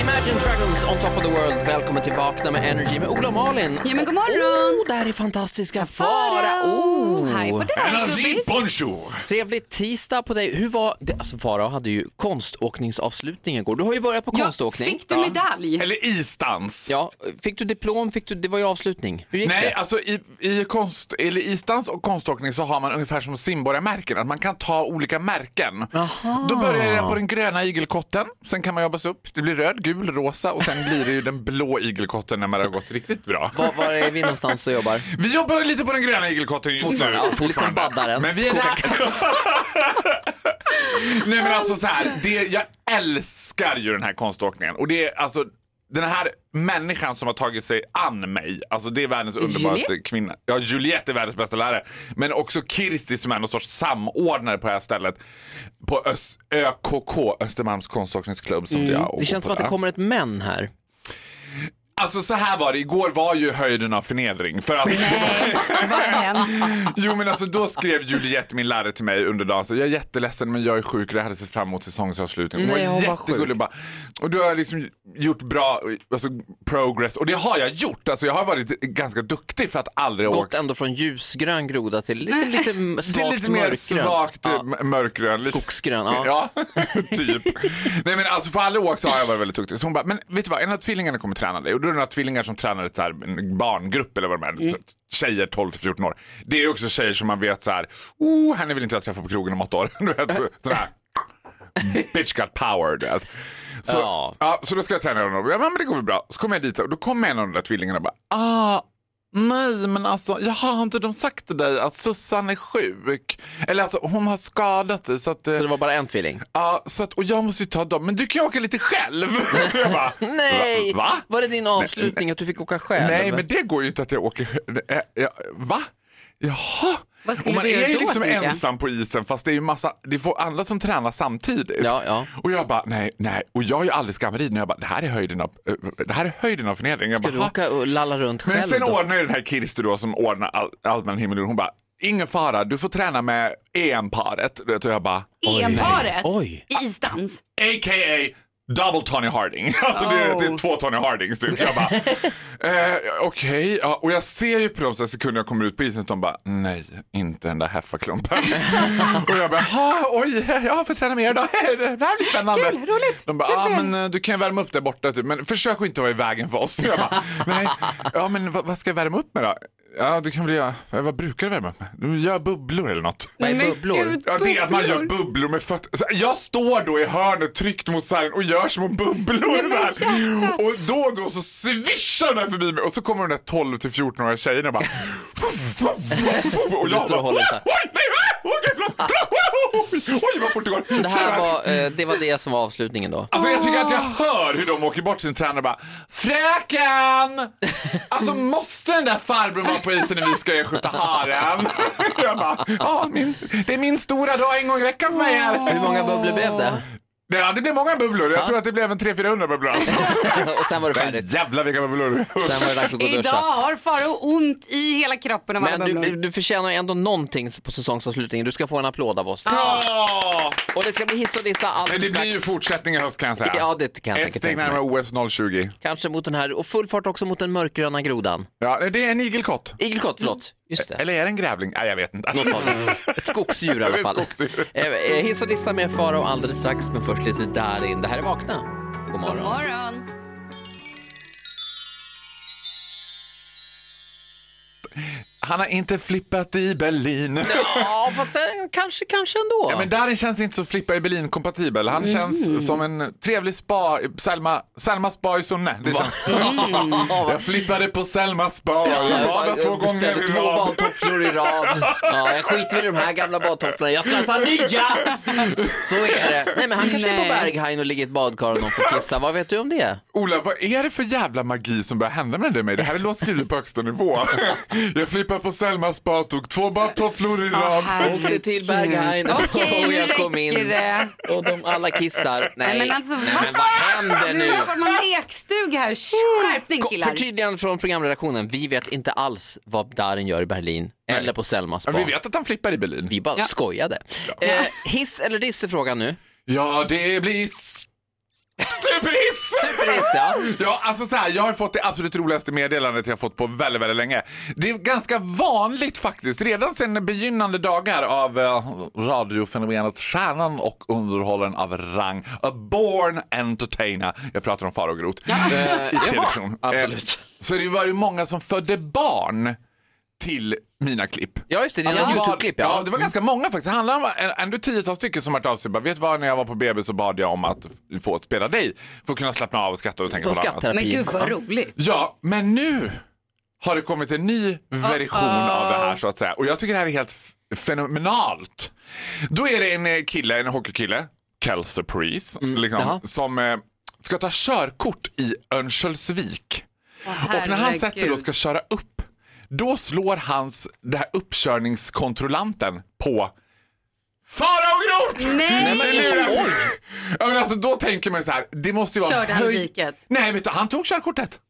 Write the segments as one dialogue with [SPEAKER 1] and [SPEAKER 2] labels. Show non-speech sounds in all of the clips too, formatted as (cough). [SPEAKER 1] Imagine Dragons on top of the world. Välkommen till Vakna med Energy med Ola och Malin.
[SPEAKER 2] Ja men god morgon!
[SPEAKER 1] Och där är fantastiska Farao!
[SPEAKER 2] Hej på dig gubbis!
[SPEAKER 3] bonjour!
[SPEAKER 1] Trevlig tisdag på dig. Hur var det? Alltså Farao hade ju konståkningsavslutning igår. Du har ju börjat på konståkning.
[SPEAKER 2] Fick du medalj?
[SPEAKER 3] Eller isdans.
[SPEAKER 1] Ja, fick du diplom? Fick du, det var ju avslutning. Hur gick
[SPEAKER 3] Nej,
[SPEAKER 1] det?
[SPEAKER 3] alltså i, i konst, eller isdans och konståkning så har man ungefär som simborgarmärken, att man kan ta olika märken. Då börjar det på den gröna igelkotten, sen kan man jobba sig upp. Det blir röd, gul, rosa och sen blir det ju den blå igelkotten när man har gått riktigt bra.
[SPEAKER 1] Var, var är vi någonstans och jobbar?
[SPEAKER 3] Vi jobbar lite på den gröna igelkotten just
[SPEAKER 1] Fortfarande,
[SPEAKER 3] nu.
[SPEAKER 1] ja, liksom baddaren.
[SPEAKER 3] Men vi är där. (laughs) Nej men alltså så här, det, jag älskar ju den här konståkningen. Och det är alltså den här människan som har tagit sig an mig. Alltså det är världens underbaraste
[SPEAKER 2] Juliette?
[SPEAKER 3] kvinna. Ja, Juliette är världens bästa lärare. Men också Kirsti som är någon sorts samordnare på det här stället. På Ös- ÖKK, Östermalms konståkningsklubb. Som jag går
[SPEAKER 1] Mm, Det känns
[SPEAKER 3] på
[SPEAKER 1] som att det
[SPEAKER 3] där.
[SPEAKER 1] kommer ett men här.
[SPEAKER 3] Alltså så här var det, igår var ju höjden av förnedring. För att
[SPEAKER 2] Vad hemskt.
[SPEAKER 3] Jo men alltså då skrev Juliette, min lärare till mig under dagen, så jag är jätteledsen men jag är sjuk och jag hade sett fram emot säsongsavslutningen.
[SPEAKER 1] Nej,
[SPEAKER 3] Hon var
[SPEAKER 1] hon var sjuk.
[SPEAKER 3] jättegullig och bara, och du har jag liksom gjort bra alltså, progress och det har jag gjort. Alltså jag har varit ganska duktig för att aldrig
[SPEAKER 1] Gått
[SPEAKER 3] åka.
[SPEAKER 1] ändå från ljusgrön groda till lite, lite m- svagt
[SPEAKER 3] Det är lite mer
[SPEAKER 1] mörkgrön.
[SPEAKER 3] svagt typ.
[SPEAKER 1] Ja.
[SPEAKER 3] ja. mörkgrön. Lite-
[SPEAKER 1] Skogsgrön, ja.
[SPEAKER 3] Ja, (laughs) typ. Nej men alltså för alla år så har jag varit väldigt duktig. Så hon bara, men vet du vad, en av tvillingarna kommer träna dig. Och då är det några tvillingar som tränar ett så här, en barngrupp eller vad det är. Mm. Tjejer 12 till 14 år. Det är också tjejer som man vet så här, oh, henne vill inte jag träffa på krogen om åtta år. (laughs)
[SPEAKER 1] (laughs)
[SPEAKER 3] Du vet, sådana här, bitch got power. Du vet. Så,
[SPEAKER 1] Ja.
[SPEAKER 3] ja. så då ska jag träna honom. Ja, men det går väl bra. Så kommer jag dit och då kommer en av de där tvillingarna och bara, ah, Nej, men alltså, jag har inte de sagt till dig att Susanne är sjuk? Eller alltså, hon har skadat sig så att... eh,
[SPEAKER 1] Så det var bara en tvilling.
[SPEAKER 3] Ja, så att, och jag måste ju ta dem, men du kan ju åka lite själv. (laughs) jag bara,
[SPEAKER 1] (laughs) Nej!
[SPEAKER 3] Va? va?
[SPEAKER 1] Var det din avslutning att du fick åka själv?
[SPEAKER 3] Nej, men det går ju inte att jag åker själv. Eh, ja, Va? Jaha?
[SPEAKER 2] Vad skulle
[SPEAKER 3] Och man
[SPEAKER 2] du göra
[SPEAKER 3] är ju
[SPEAKER 2] då,
[SPEAKER 3] liksom
[SPEAKER 2] tänker jag?
[SPEAKER 3] ensam på isen fast det är ju massa, det får andra som tränar samtidigt.
[SPEAKER 1] Ja, ja.
[SPEAKER 3] Och jag bara, nej, nej. Och jag är ju aldrig skamrid när jag bara, det här är höjden av, eh, det här är höjden av förnedring. Jag
[SPEAKER 1] Ska
[SPEAKER 3] bara,
[SPEAKER 1] du
[SPEAKER 3] "Ha?"
[SPEAKER 1] åka och lalla runt själv
[SPEAKER 3] Men sen
[SPEAKER 1] då?
[SPEAKER 3] ordnar ju den här Kirsti då som ordnar all, allt mellan himmel och jord. Hon bara, ingen fara, du får träna med EM-paret. Du vet, Och jag bara, "Oj."
[SPEAKER 2] EM-paret
[SPEAKER 1] Oj.
[SPEAKER 2] i isdans.
[SPEAKER 3] a.k.a. Double Tony Harding. (laughs) Alltså det, det är två Tony Hardings typ. Jag bara, eh, okej. Ja, och jag ser ju på de så här sekunder jag kommer ut på isen att de bara, nej, inte den där heffaklumpen. (laughs) och jag bara, "Ha, oj, jag får träna mer idag. (laughs) Det här blir spännande.
[SPEAKER 2] Kul, roligt.
[SPEAKER 3] De bara,
[SPEAKER 2] Kul
[SPEAKER 3] ah,
[SPEAKER 2] för er."
[SPEAKER 3] men eh, du kan ju värma upp där borta typ. Men försök att inte vara i vägen för oss. (laughs) Jag bara, nej, ja men vad, vad ska jag värma upp med då? Ja, du kan väl göra, eh, vad brukar du värma upp med? Gör bubblor eller något.
[SPEAKER 1] Vad är
[SPEAKER 2] Men
[SPEAKER 1] bubblor?
[SPEAKER 2] gud,
[SPEAKER 3] Ja, det är att man gör
[SPEAKER 2] bubblor.
[SPEAKER 3] bubblor med fötterna. Så Jag står då i hörnet tryckt mot sargen och gör små bubblor
[SPEAKER 2] men
[SPEAKER 3] där.
[SPEAKER 2] hjärtat.
[SPEAKER 3] Och då och då så svischar den här förbi mig och så kommer de där 12 till 14-åriga tjejerna och bara... fuff, fuff, fuff, fuff. Och
[SPEAKER 1] Du
[SPEAKER 3] jag
[SPEAKER 1] står och
[SPEAKER 3] bara...
[SPEAKER 1] håller
[SPEAKER 3] Oj,
[SPEAKER 1] så här.
[SPEAKER 3] nej, ah, okej, förlåt. Oj, (laughs) Oj, vad fort det går.
[SPEAKER 1] Så det
[SPEAKER 3] Tjejerna-
[SPEAKER 1] här var, eh, det var det som var avslutningen då?
[SPEAKER 3] Alltså jag tycker att jag hör hur de åker bort sin tränare och bara Fröken! Alltså måste den där farbrorn vara på isen när vi ska skjuta haren? (laughs) Jag bara, ja min, det är min stora dag en gång i veckan för mig här.
[SPEAKER 1] Hur många bubblor blev det?
[SPEAKER 3] Ja, det blev många bubblor. Jag tror att det blev en 300-400 bubblor.
[SPEAKER 1] (laughs) Och sen var det färdigt.
[SPEAKER 3] Jävlar vilka bubblor.
[SPEAKER 1] Sen var det dags att gå och
[SPEAKER 2] Idag
[SPEAKER 1] duscha.
[SPEAKER 2] har Farao ont i hela kroppen av alla
[SPEAKER 1] Men du,
[SPEAKER 2] bubblor.
[SPEAKER 1] du förtjänar ju ändå någonting på säsongsavslutningen. Du ska få en applåd av oss.
[SPEAKER 3] Ja!
[SPEAKER 1] Och det ska bli hiss och dissa alldeles
[SPEAKER 3] Men det blir ju
[SPEAKER 1] strax.
[SPEAKER 3] fortsättning i höst kan jag säga.
[SPEAKER 1] Ja, det kan jag
[SPEAKER 3] Ett
[SPEAKER 1] säkert
[SPEAKER 3] steg
[SPEAKER 1] tänka
[SPEAKER 3] närmare OS 020.
[SPEAKER 1] Kanske mot den här, och full fart också mot den mörkgröna grodan.
[SPEAKER 3] Ja, det är en igelkott.
[SPEAKER 1] Igelkott, förlåt. Just det.
[SPEAKER 3] Eller är det en grävling? Nej, jag vet inte.
[SPEAKER 1] Något av det. Ett
[SPEAKER 3] (laughs)
[SPEAKER 1] skogsdjur i alla
[SPEAKER 3] Ett
[SPEAKER 1] fall.
[SPEAKER 3] skogsdjur.
[SPEAKER 1] Eh, eh, Hiss och dissa med Farao alldeles strax, men först lite Darin. Det här är Vakna. God
[SPEAKER 2] God
[SPEAKER 1] morgon.
[SPEAKER 2] morgon.
[SPEAKER 3] Han har inte flippat i Berlin.
[SPEAKER 1] Ja, fast eh, kanske, kanske ändå.
[SPEAKER 3] Ja, men Darin känns inte så Flippa i Berlin-kompatibel.
[SPEAKER 1] Mm.
[SPEAKER 3] Han känns som en trevlig spa, Selma, Selmas bar i Sunne. Det känns.
[SPEAKER 1] (laughs) Mm.
[SPEAKER 3] Jag flippade på Selmas bar, jag badade två gånger i
[SPEAKER 1] Beställde två
[SPEAKER 3] rad.
[SPEAKER 1] badtofflor i rad. Ja, jag skiter i de här gamla badtofflorna. Jag ska ha nya! Så är det. Nej, men han kanske är på
[SPEAKER 2] Nej.
[SPEAKER 1] Berghain och ligger i ett badkar och någon får kissa. Vad vet du om det? (laughs)
[SPEAKER 3] Ola, vad är det för jävla magi som börjar hända med dig? och mig? Det här låter skrivet på högsta nivå. Jag flippar var på Selmas spa, tog två badtofflor
[SPEAKER 1] Ah,
[SPEAKER 3] i rad.
[SPEAKER 1] Åkte till Berghain
[SPEAKER 2] Okej,
[SPEAKER 1] och
[SPEAKER 2] nu
[SPEAKER 1] jag kom
[SPEAKER 2] räcker
[SPEAKER 1] in
[SPEAKER 2] det.
[SPEAKER 1] och de alla kissar. Nej,
[SPEAKER 2] Nej, men alltså,
[SPEAKER 1] Nej,
[SPEAKER 2] va?
[SPEAKER 1] men vad händer
[SPEAKER 2] Nu
[SPEAKER 1] nu?
[SPEAKER 2] får man lekstuga här. Shh, Skärpning
[SPEAKER 1] Ko-
[SPEAKER 2] killar.
[SPEAKER 1] Förtydligande från programredaktionen. Vi vet inte alls vad Darin gör i Berlin eller på Selmas
[SPEAKER 3] Ja,
[SPEAKER 1] spa.
[SPEAKER 3] vi vet att han flippar i Berlin.
[SPEAKER 1] Vi bara skojade. Eh, hiss eller diss är frågan nu.
[SPEAKER 3] Ja, det blir superhiss!
[SPEAKER 1] Superhiss ja.
[SPEAKER 3] Ja, alltså så här, jag har fått det absolut roligaste meddelandet jag fått på väldigt, väldigt länge. Det är ganska vanligt faktiskt, redan sedan begynnande dagar av eh, radiofenomenet Stjärnan och underhållaren av rang, A Born Entertainer. Jag pratar om Faro Groth. Eh, I television.
[SPEAKER 1] absolut.
[SPEAKER 3] Eh, så det var ju många som födde barn till mina klipp.
[SPEAKER 1] Ja just det, det är
[SPEAKER 3] Ja.
[SPEAKER 1] ett Youtube-klipp ja. Mm.
[SPEAKER 3] det var ganska många faktiskt. Det handlar om en- ändå tiotals stycken som hört av sig. Bara, Vet du vad, när jag var på BB så bad jag om att f- få spela dig för att kunna slappna av och skratta och tänka
[SPEAKER 1] Ta
[SPEAKER 3] på något annat.
[SPEAKER 1] skattterapi.
[SPEAKER 2] Men gud vad roligt.
[SPEAKER 3] Ja, men nu har det kommit en ny version av det
[SPEAKER 1] Ah.
[SPEAKER 3] här så att säga. Och jag tycker det här är helt f- fenomenalt. Då är det en eh, kille, en hockeykille, Kelsey Priest, liksom,
[SPEAKER 1] Mm, jaha.
[SPEAKER 3] som eh, ska ta körkort i Örnsköldsvik. Och när han
[SPEAKER 2] herregud.
[SPEAKER 3] sätter sig då och ska köra upp, då slår hans, den här uppkörningskontrollanten på Farao Groth!
[SPEAKER 2] Nej!
[SPEAKER 3] Det lurar- Ja, men alltså, då tänker man ju så här, det måste ju vara...
[SPEAKER 2] Körde han i diket?
[SPEAKER 3] Nej, vet du, han tog körkortet.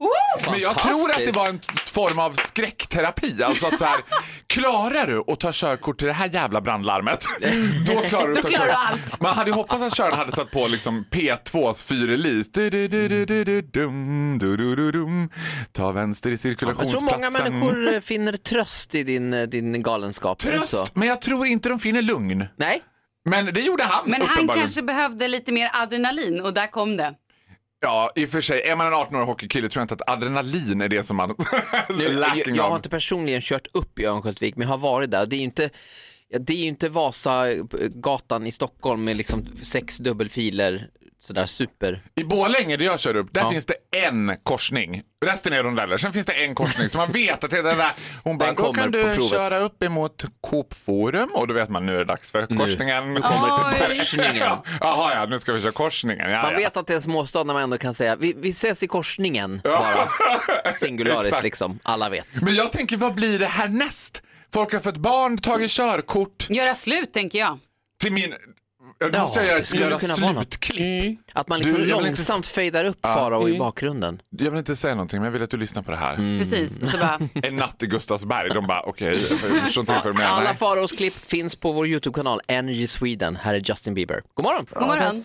[SPEAKER 3] Men jag tror att det var en t- form av skräckterapi. Alltså att så här, klarar du att ta körkort till det här
[SPEAKER 1] (laughs)
[SPEAKER 3] jävla brandlarmet, då klarar du att ta
[SPEAKER 2] klarar du
[SPEAKER 3] körkort.
[SPEAKER 2] allt.
[SPEAKER 3] Man hade ju hoppats att köraren hade satt på liksom P2s fyrelis. Du, du, du, du, du, du, dum, du, du, du, dum. Ta vänster i
[SPEAKER 1] Jag tror
[SPEAKER 3] cirkulationsplatsen.
[SPEAKER 1] många människor eh, finner tröst i din, eh, din galenskap. är det inte
[SPEAKER 3] Tröst, men jag tror inte de finner lugn.
[SPEAKER 1] Nej,
[SPEAKER 3] Men det gjorde han
[SPEAKER 2] Men han
[SPEAKER 3] uppenbarligen.
[SPEAKER 2] kanske behövde lite mer adrenalin och där kom det.
[SPEAKER 3] Ja, i och för sig. Är man en 18-årig hockeykille tror jag inte att adrenalin är det som man
[SPEAKER 1] nu, jag,
[SPEAKER 3] (laughs) lacking
[SPEAKER 1] jag har
[SPEAKER 3] av.
[SPEAKER 1] inte personligen kört upp i Örnsköldsvik, men jag har varit där. Och Det är ju inte, ja, det är ju inte Vasagatan i Stockholm med liksom sex dubbelfiler, sådär super.
[SPEAKER 3] I Borlänge, där jag kör upp, där finns det en korsning. Resten är rondeller. Sen finns det en korsning, så man vet att det är den där. Hon bara,
[SPEAKER 1] Den
[SPEAKER 3] då
[SPEAKER 1] kommer
[SPEAKER 3] kan
[SPEAKER 1] på
[SPEAKER 3] du
[SPEAKER 1] provet."
[SPEAKER 3] köra upp emot Coop Forum och då vet man nu är det dags för korsningen. Nu
[SPEAKER 1] kommer
[SPEAKER 2] det för
[SPEAKER 1] korsningen.
[SPEAKER 3] Jaha, (laughs) ja, nu ska vi köra korsningen. Ja,
[SPEAKER 1] Man
[SPEAKER 3] ja.
[SPEAKER 1] vet att det är en småstad när man ändå kan säga, vi, vi ses i korsningen
[SPEAKER 3] (laughs)
[SPEAKER 1] bara. Singularis
[SPEAKER 3] Exakt.
[SPEAKER 1] liksom, alla vet.
[SPEAKER 3] Men jag tänker, vad blir det härnäst? Folk har fått barn, tagit körkort
[SPEAKER 2] Göra slut tänker jag.
[SPEAKER 3] till min... Nu
[SPEAKER 1] Ja,
[SPEAKER 3] måste jag göra
[SPEAKER 1] det skulle
[SPEAKER 3] göra
[SPEAKER 1] kunna vara något.
[SPEAKER 3] slutklipp.
[SPEAKER 1] Att man
[SPEAKER 3] Du,
[SPEAKER 1] liksom
[SPEAKER 3] jag vill inte s-
[SPEAKER 1] långsamt fejdar upp Farao
[SPEAKER 2] Mm.
[SPEAKER 1] i bakgrunden.
[SPEAKER 3] Jag vill inte säga någonting, men jag vill att du lyssnar på det här.
[SPEAKER 1] Mm.
[SPEAKER 2] Precis. Så bara,
[SPEAKER 3] En natt i Gustavsberg. De bara, okej, jag förstår inte varför du menar.
[SPEAKER 1] Alla Faraos klipp finns på vår YouTube-kanal Energy Sweden. Här är Justin Bieber. God morgon!
[SPEAKER 2] god morgon.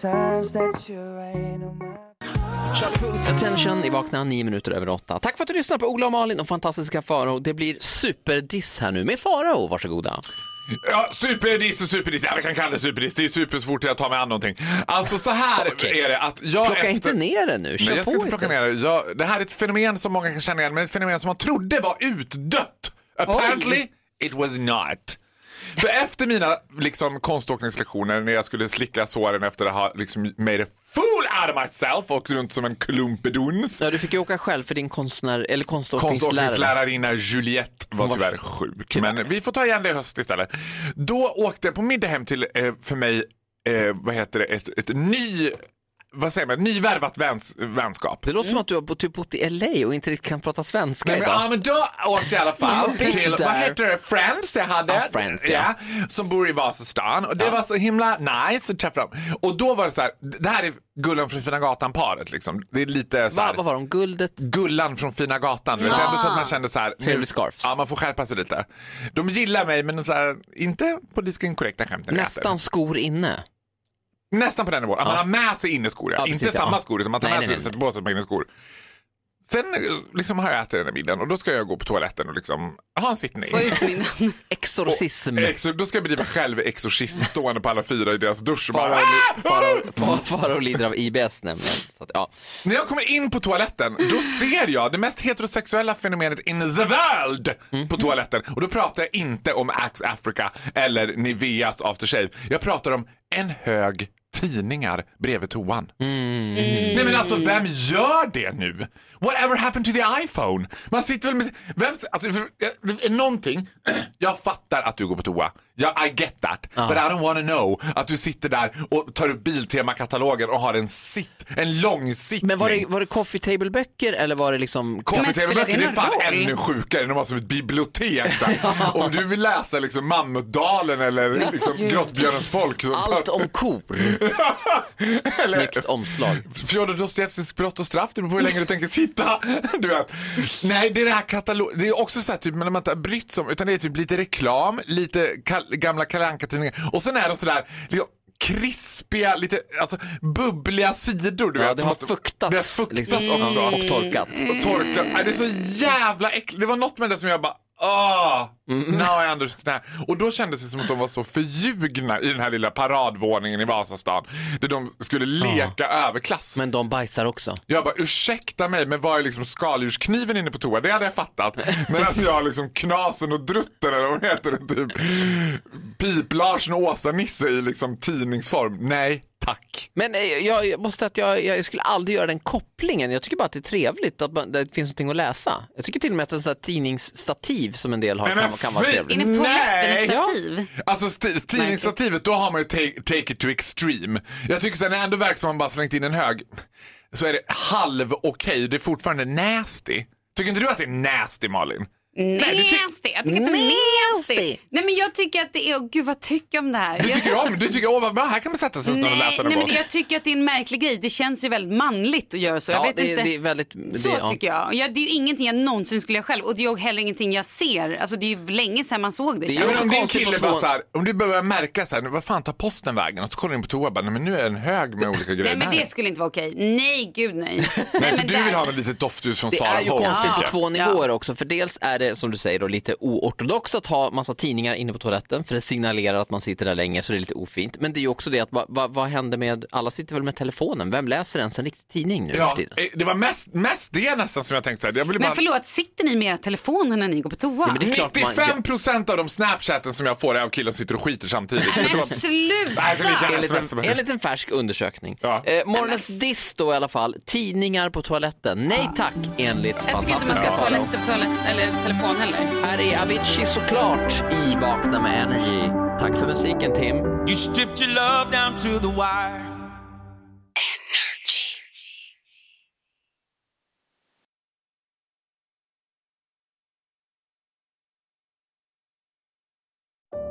[SPEAKER 1] Charlie Puth, Attention, i vakna nio minuter över åtta. Tack för att du lyssnar på Ola och Malin och fantastiska Farao. Det blir superdiss här nu med Farao, varsågoda.
[SPEAKER 3] Ja, superdiss och superdiss. Ja, vi kan kalla det superdiss. Det är supersvårt att ta mig an någonting. Alltså så här
[SPEAKER 1] (laughs) Okej.
[SPEAKER 3] är det att jag
[SPEAKER 1] Plocka
[SPEAKER 3] efter...
[SPEAKER 1] inte ner det nu, kör
[SPEAKER 3] Nej, jag ska
[SPEAKER 1] på
[SPEAKER 3] inte plocka ner det. Jag, det här är ett fenomen som många kan känna igen, men ett fenomen som man trodde var utdött. Apparently, it was not. För efter mina liksom, konståkningslektioner när jag skulle slicka såren efter att ha liksom, made a fool out of myself och runt som en klumpeduns.
[SPEAKER 1] Ja, du fick ju åka själv för din konstnär, eller konståkningslärare.
[SPEAKER 3] Konståkningslärarinna Juliette var
[SPEAKER 1] var
[SPEAKER 3] tyvärr
[SPEAKER 1] sjuk.
[SPEAKER 3] sjuk. Men vi får ta igen det i höst istället. Då åkte jag på middag hem till, eh, för mig, eh, vad heter det, ett, ett ny, vad säger man, nyvärvat väns, vänskap.
[SPEAKER 1] Det låter som att du har bo- typ bott i LA och inte riktigt kan prata svenska
[SPEAKER 3] Mm. Nej, men, ja,
[SPEAKER 1] idag.
[SPEAKER 3] men då åkte jag
[SPEAKER 1] (laughs)
[SPEAKER 3] i alla fall
[SPEAKER 1] Ja,
[SPEAKER 3] till,
[SPEAKER 1] där.
[SPEAKER 3] vad heter det, Friends jag hade.
[SPEAKER 1] Ja, Friends, ja.
[SPEAKER 3] som bor i Vasastan. Och det var så himla nice att träffa dem. Och då var det så här, det här är Gullan från Fina Gatan-paret liksom. Det är lite så här.
[SPEAKER 1] Va, vad var de? Guldet?
[SPEAKER 3] Gullan från Fina Gatan. Vet du? Ändå så att man kände så här. nu-
[SPEAKER 1] Ah. Trevlig scarfs.
[SPEAKER 3] Ja, man får skärpa sig lite. De gillar mig, men de så här, inte politiskt inkorrekta skämten. jag
[SPEAKER 1] Nästan
[SPEAKER 3] äter.
[SPEAKER 1] skor inne.
[SPEAKER 3] Nästan på den nivån. Att Man har med sig inneskor, ja.
[SPEAKER 1] Ja,
[SPEAKER 3] inte
[SPEAKER 1] precis, ja.
[SPEAKER 3] samma skor, utan man tar
[SPEAKER 1] Nej,
[SPEAKER 3] med
[SPEAKER 1] nej,
[SPEAKER 3] sig
[SPEAKER 1] nej,
[SPEAKER 3] och sätter på sig ett par inneskor. Sen eh, liksom, har jag ätit den här middagen och då ska jag gå på toaletten och liksom, ha en sittning.
[SPEAKER 2] Få
[SPEAKER 3] (laughs)
[SPEAKER 2] ut min-
[SPEAKER 1] Exorcism.
[SPEAKER 3] Exor- då ska jag bedriva själv exorcism stående på alla fyra i deras dusch och bara...
[SPEAKER 1] Farao li-
[SPEAKER 3] "Ah!"
[SPEAKER 1] Farao- Fa- Farao lider av IBS nämligen. Så att, ja.
[SPEAKER 3] När jag kommer in på toaletten, då ser jag det mest heterosexuella fenomenet in the world på toaletten. Och då pratar jag inte om Axe Africa eller Niveas After Shave. Jag pratar om en hög tidningar bredvid toan.
[SPEAKER 1] Mm.
[SPEAKER 3] Nej men alltså vem gör det nu? Whatever happened to the (clears throat) iPhone? Man sitter väl med... Vem, alltså, för, eh, någonting. Jag fattar att du går på toa. Ja, I get that. But I don't wanna know att du sitter där och tar upp Biltema-katalogen och har en sitt, en lång sittning.
[SPEAKER 1] Men var det, var det coffee table-böcker eller var det liksom...
[SPEAKER 2] Men spelar det
[SPEAKER 3] Coffee-table-böcker, det är
[SPEAKER 2] någon
[SPEAKER 3] fan
[SPEAKER 2] roll?
[SPEAKER 3] ännu sjukare. De har som ett bibliotek.
[SPEAKER 1] (laughs)
[SPEAKER 3] Så här. Om du vill läsa liksom Mammutdalen eller liksom Grottbjörnens folk. Så
[SPEAKER 1] Allt om
[SPEAKER 3] (laughs)
[SPEAKER 1] kor. Snyggt omslag.
[SPEAKER 3] Fjodor Dostojevskijs brott och straff, det beror på hur länge du tänker sitta. (laughs) Du vet. Nej, det är det här katalog... Det är också så här, typ, men man inte har brytt sig om, utan det är typ lite reklam, lite kal- gamla Kalle Anka-tidningar och sen är de sådär liksom, krispiga, lite alltså, bubbliga sidor. Du
[SPEAKER 1] Ja,
[SPEAKER 3] vet,
[SPEAKER 1] det
[SPEAKER 3] som
[SPEAKER 1] har
[SPEAKER 3] att-
[SPEAKER 1] fuktats.
[SPEAKER 3] Det har fuktats
[SPEAKER 1] liksom.
[SPEAKER 3] också.
[SPEAKER 1] Ja, Och torkat.
[SPEAKER 3] Och torkat. Nej, det är så jävla äckligt. Det var något med det som jag bara... Ah, now I understand. Och då kändes det som att de var så förljugna i den här lilla paradvåningen i Vasastan. Där de skulle leka överklass.
[SPEAKER 1] Men de bajsar också.
[SPEAKER 3] Jag bara, ursäkta mig, men var är liksom skaldjurskniven inne på toa? Det hade jag fattat. Men att jag har liksom knasen och drutten eller vad heter det typ. Pip-Larsen och Åsa-Nisse i liksom tidningsform. Nej, tack.
[SPEAKER 1] Men eh, jag, jag måste att jag, jag skulle aldrig göra den kopplingen. Jag tycker bara att det är trevligt att man, det finns någonting att läsa. Jag tycker till och med att en sån här tidningsstativ som en del har
[SPEAKER 3] Nej,
[SPEAKER 1] kan,
[SPEAKER 3] men
[SPEAKER 1] kan vara
[SPEAKER 3] fy!
[SPEAKER 1] trevligt.
[SPEAKER 2] Inne på toaletten
[SPEAKER 3] Nej.
[SPEAKER 2] i stativ.
[SPEAKER 3] Alltså sti- tidningsstativet, då har man ju take, take it to extreme. Jag tycker sen när det ändå verkar som man bara slängt in en hög så är det halv okej. Det är fortfarande nasty. Tycker inte du att det är nasty Malin? Nej, du ty-
[SPEAKER 2] Nasty. Jag tycker inte nasty. Nej men jag tycker att det är, oh, gud vad tycker jag om det här?
[SPEAKER 3] Du
[SPEAKER 2] Jag-
[SPEAKER 3] tycker ju om, du tycker åh vad bra, här kan man sätta sig och
[SPEAKER 2] Nej,
[SPEAKER 3] läsa
[SPEAKER 2] nej
[SPEAKER 3] någon
[SPEAKER 2] men det,
[SPEAKER 3] bok.
[SPEAKER 2] jag tycker att det är en märklig grej. Det känns ju väldigt manligt att göra så. jag
[SPEAKER 1] Ja,
[SPEAKER 2] vet
[SPEAKER 1] det,
[SPEAKER 2] inte.
[SPEAKER 1] det är väldigt...
[SPEAKER 2] så
[SPEAKER 1] det, ja.
[SPEAKER 2] tycker jag. jag. Det är ju ingenting jag någonsin skulle göra själv och det är ju heller ingenting jag ser. Alltså det är ju länge sedan man såg det.
[SPEAKER 1] Det är
[SPEAKER 2] känns
[SPEAKER 3] Ja,
[SPEAKER 2] det.
[SPEAKER 3] men om din
[SPEAKER 1] konstigt
[SPEAKER 3] kille
[SPEAKER 1] på
[SPEAKER 3] bara
[SPEAKER 1] toan.
[SPEAKER 3] så här, om du börjar märka så här, vad fan tar posten vägen? Och så kollar du in på toa och bara, nej men nu är det en hög med olika grejer.
[SPEAKER 2] Nej men
[SPEAKER 3] Där.
[SPEAKER 2] det skulle inte vara okej. Nej gud nej.
[SPEAKER 3] (laughs) nej,
[SPEAKER 2] nej
[SPEAKER 3] för
[SPEAKER 2] men
[SPEAKER 3] du vill ha något litet doftljus från
[SPEAKER 1] Det
[SPEAKER 3] Sara
[SPEAKER 1] är ju konstigt på
[SPEAKER 2] Ja.
[SPEAKER 1] två nivåer också, för dels är det som du säger då lite oortodoxt att ha massa tidningar inne på toaletten för det signalerar att man sitter där länge så det är lite ofint. Men det är ju också det att vad, vad, vad händer med, alla sitter väl med telefonen, vem läser ens en riktig tidning nu
[SPEAKER 3] Ja,
[SPEAKER 1] för tiden?
[SPEAKER 3] eh, det var mest, mest det nästan som jag tänkte säga. Jag ville bara...
[SPEAKER 2] Men förlåt, sitter ni med era telefoner när ni går på toa?
[SPEAKER 1] men det är klart man-
[SPEAKER 3] 95 procent av de snapchatten som jag får är av killar som sitter och skiter samtidigt. Så det
[SPEAKER 2] Nej
[SPEAKER 3] var-
[SPEAKER 2] sluta!
[SPEAKER 3] Nej, det är lika gärna
[SPEAKER 1] Enligt
[SPEAKER 3] sms.
[SPEAKER 1] en, enligt en färsk undersökning.
[SPEAKER 3] Ja.
[SPEAKER 1] Eh, morgonens diss då i alla fall, tidningar på toaletten. Nej tack enligt
[SPEAKER 2] Jag tycker inte man
[SPEAKER 1] fantastiska
[SPEAKER 2] ska ha
[SPEAKER 1] Farao.
[SPEAKER 2] toalett, toalett eller telefon heller.
[SPEAKER 1] Här är Avicii såklart i Vakna med Energy. Tack för musiken Tim.
[SPEAKER 4] You stripped your love down to the wire.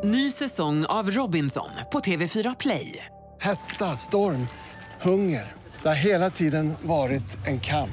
[SPEAKER 5] Ny säsong av Robinson på TV4 Play.
[SPEAKER 6] Hetta, storm, hunger. Det har hela tiden varit en kamp.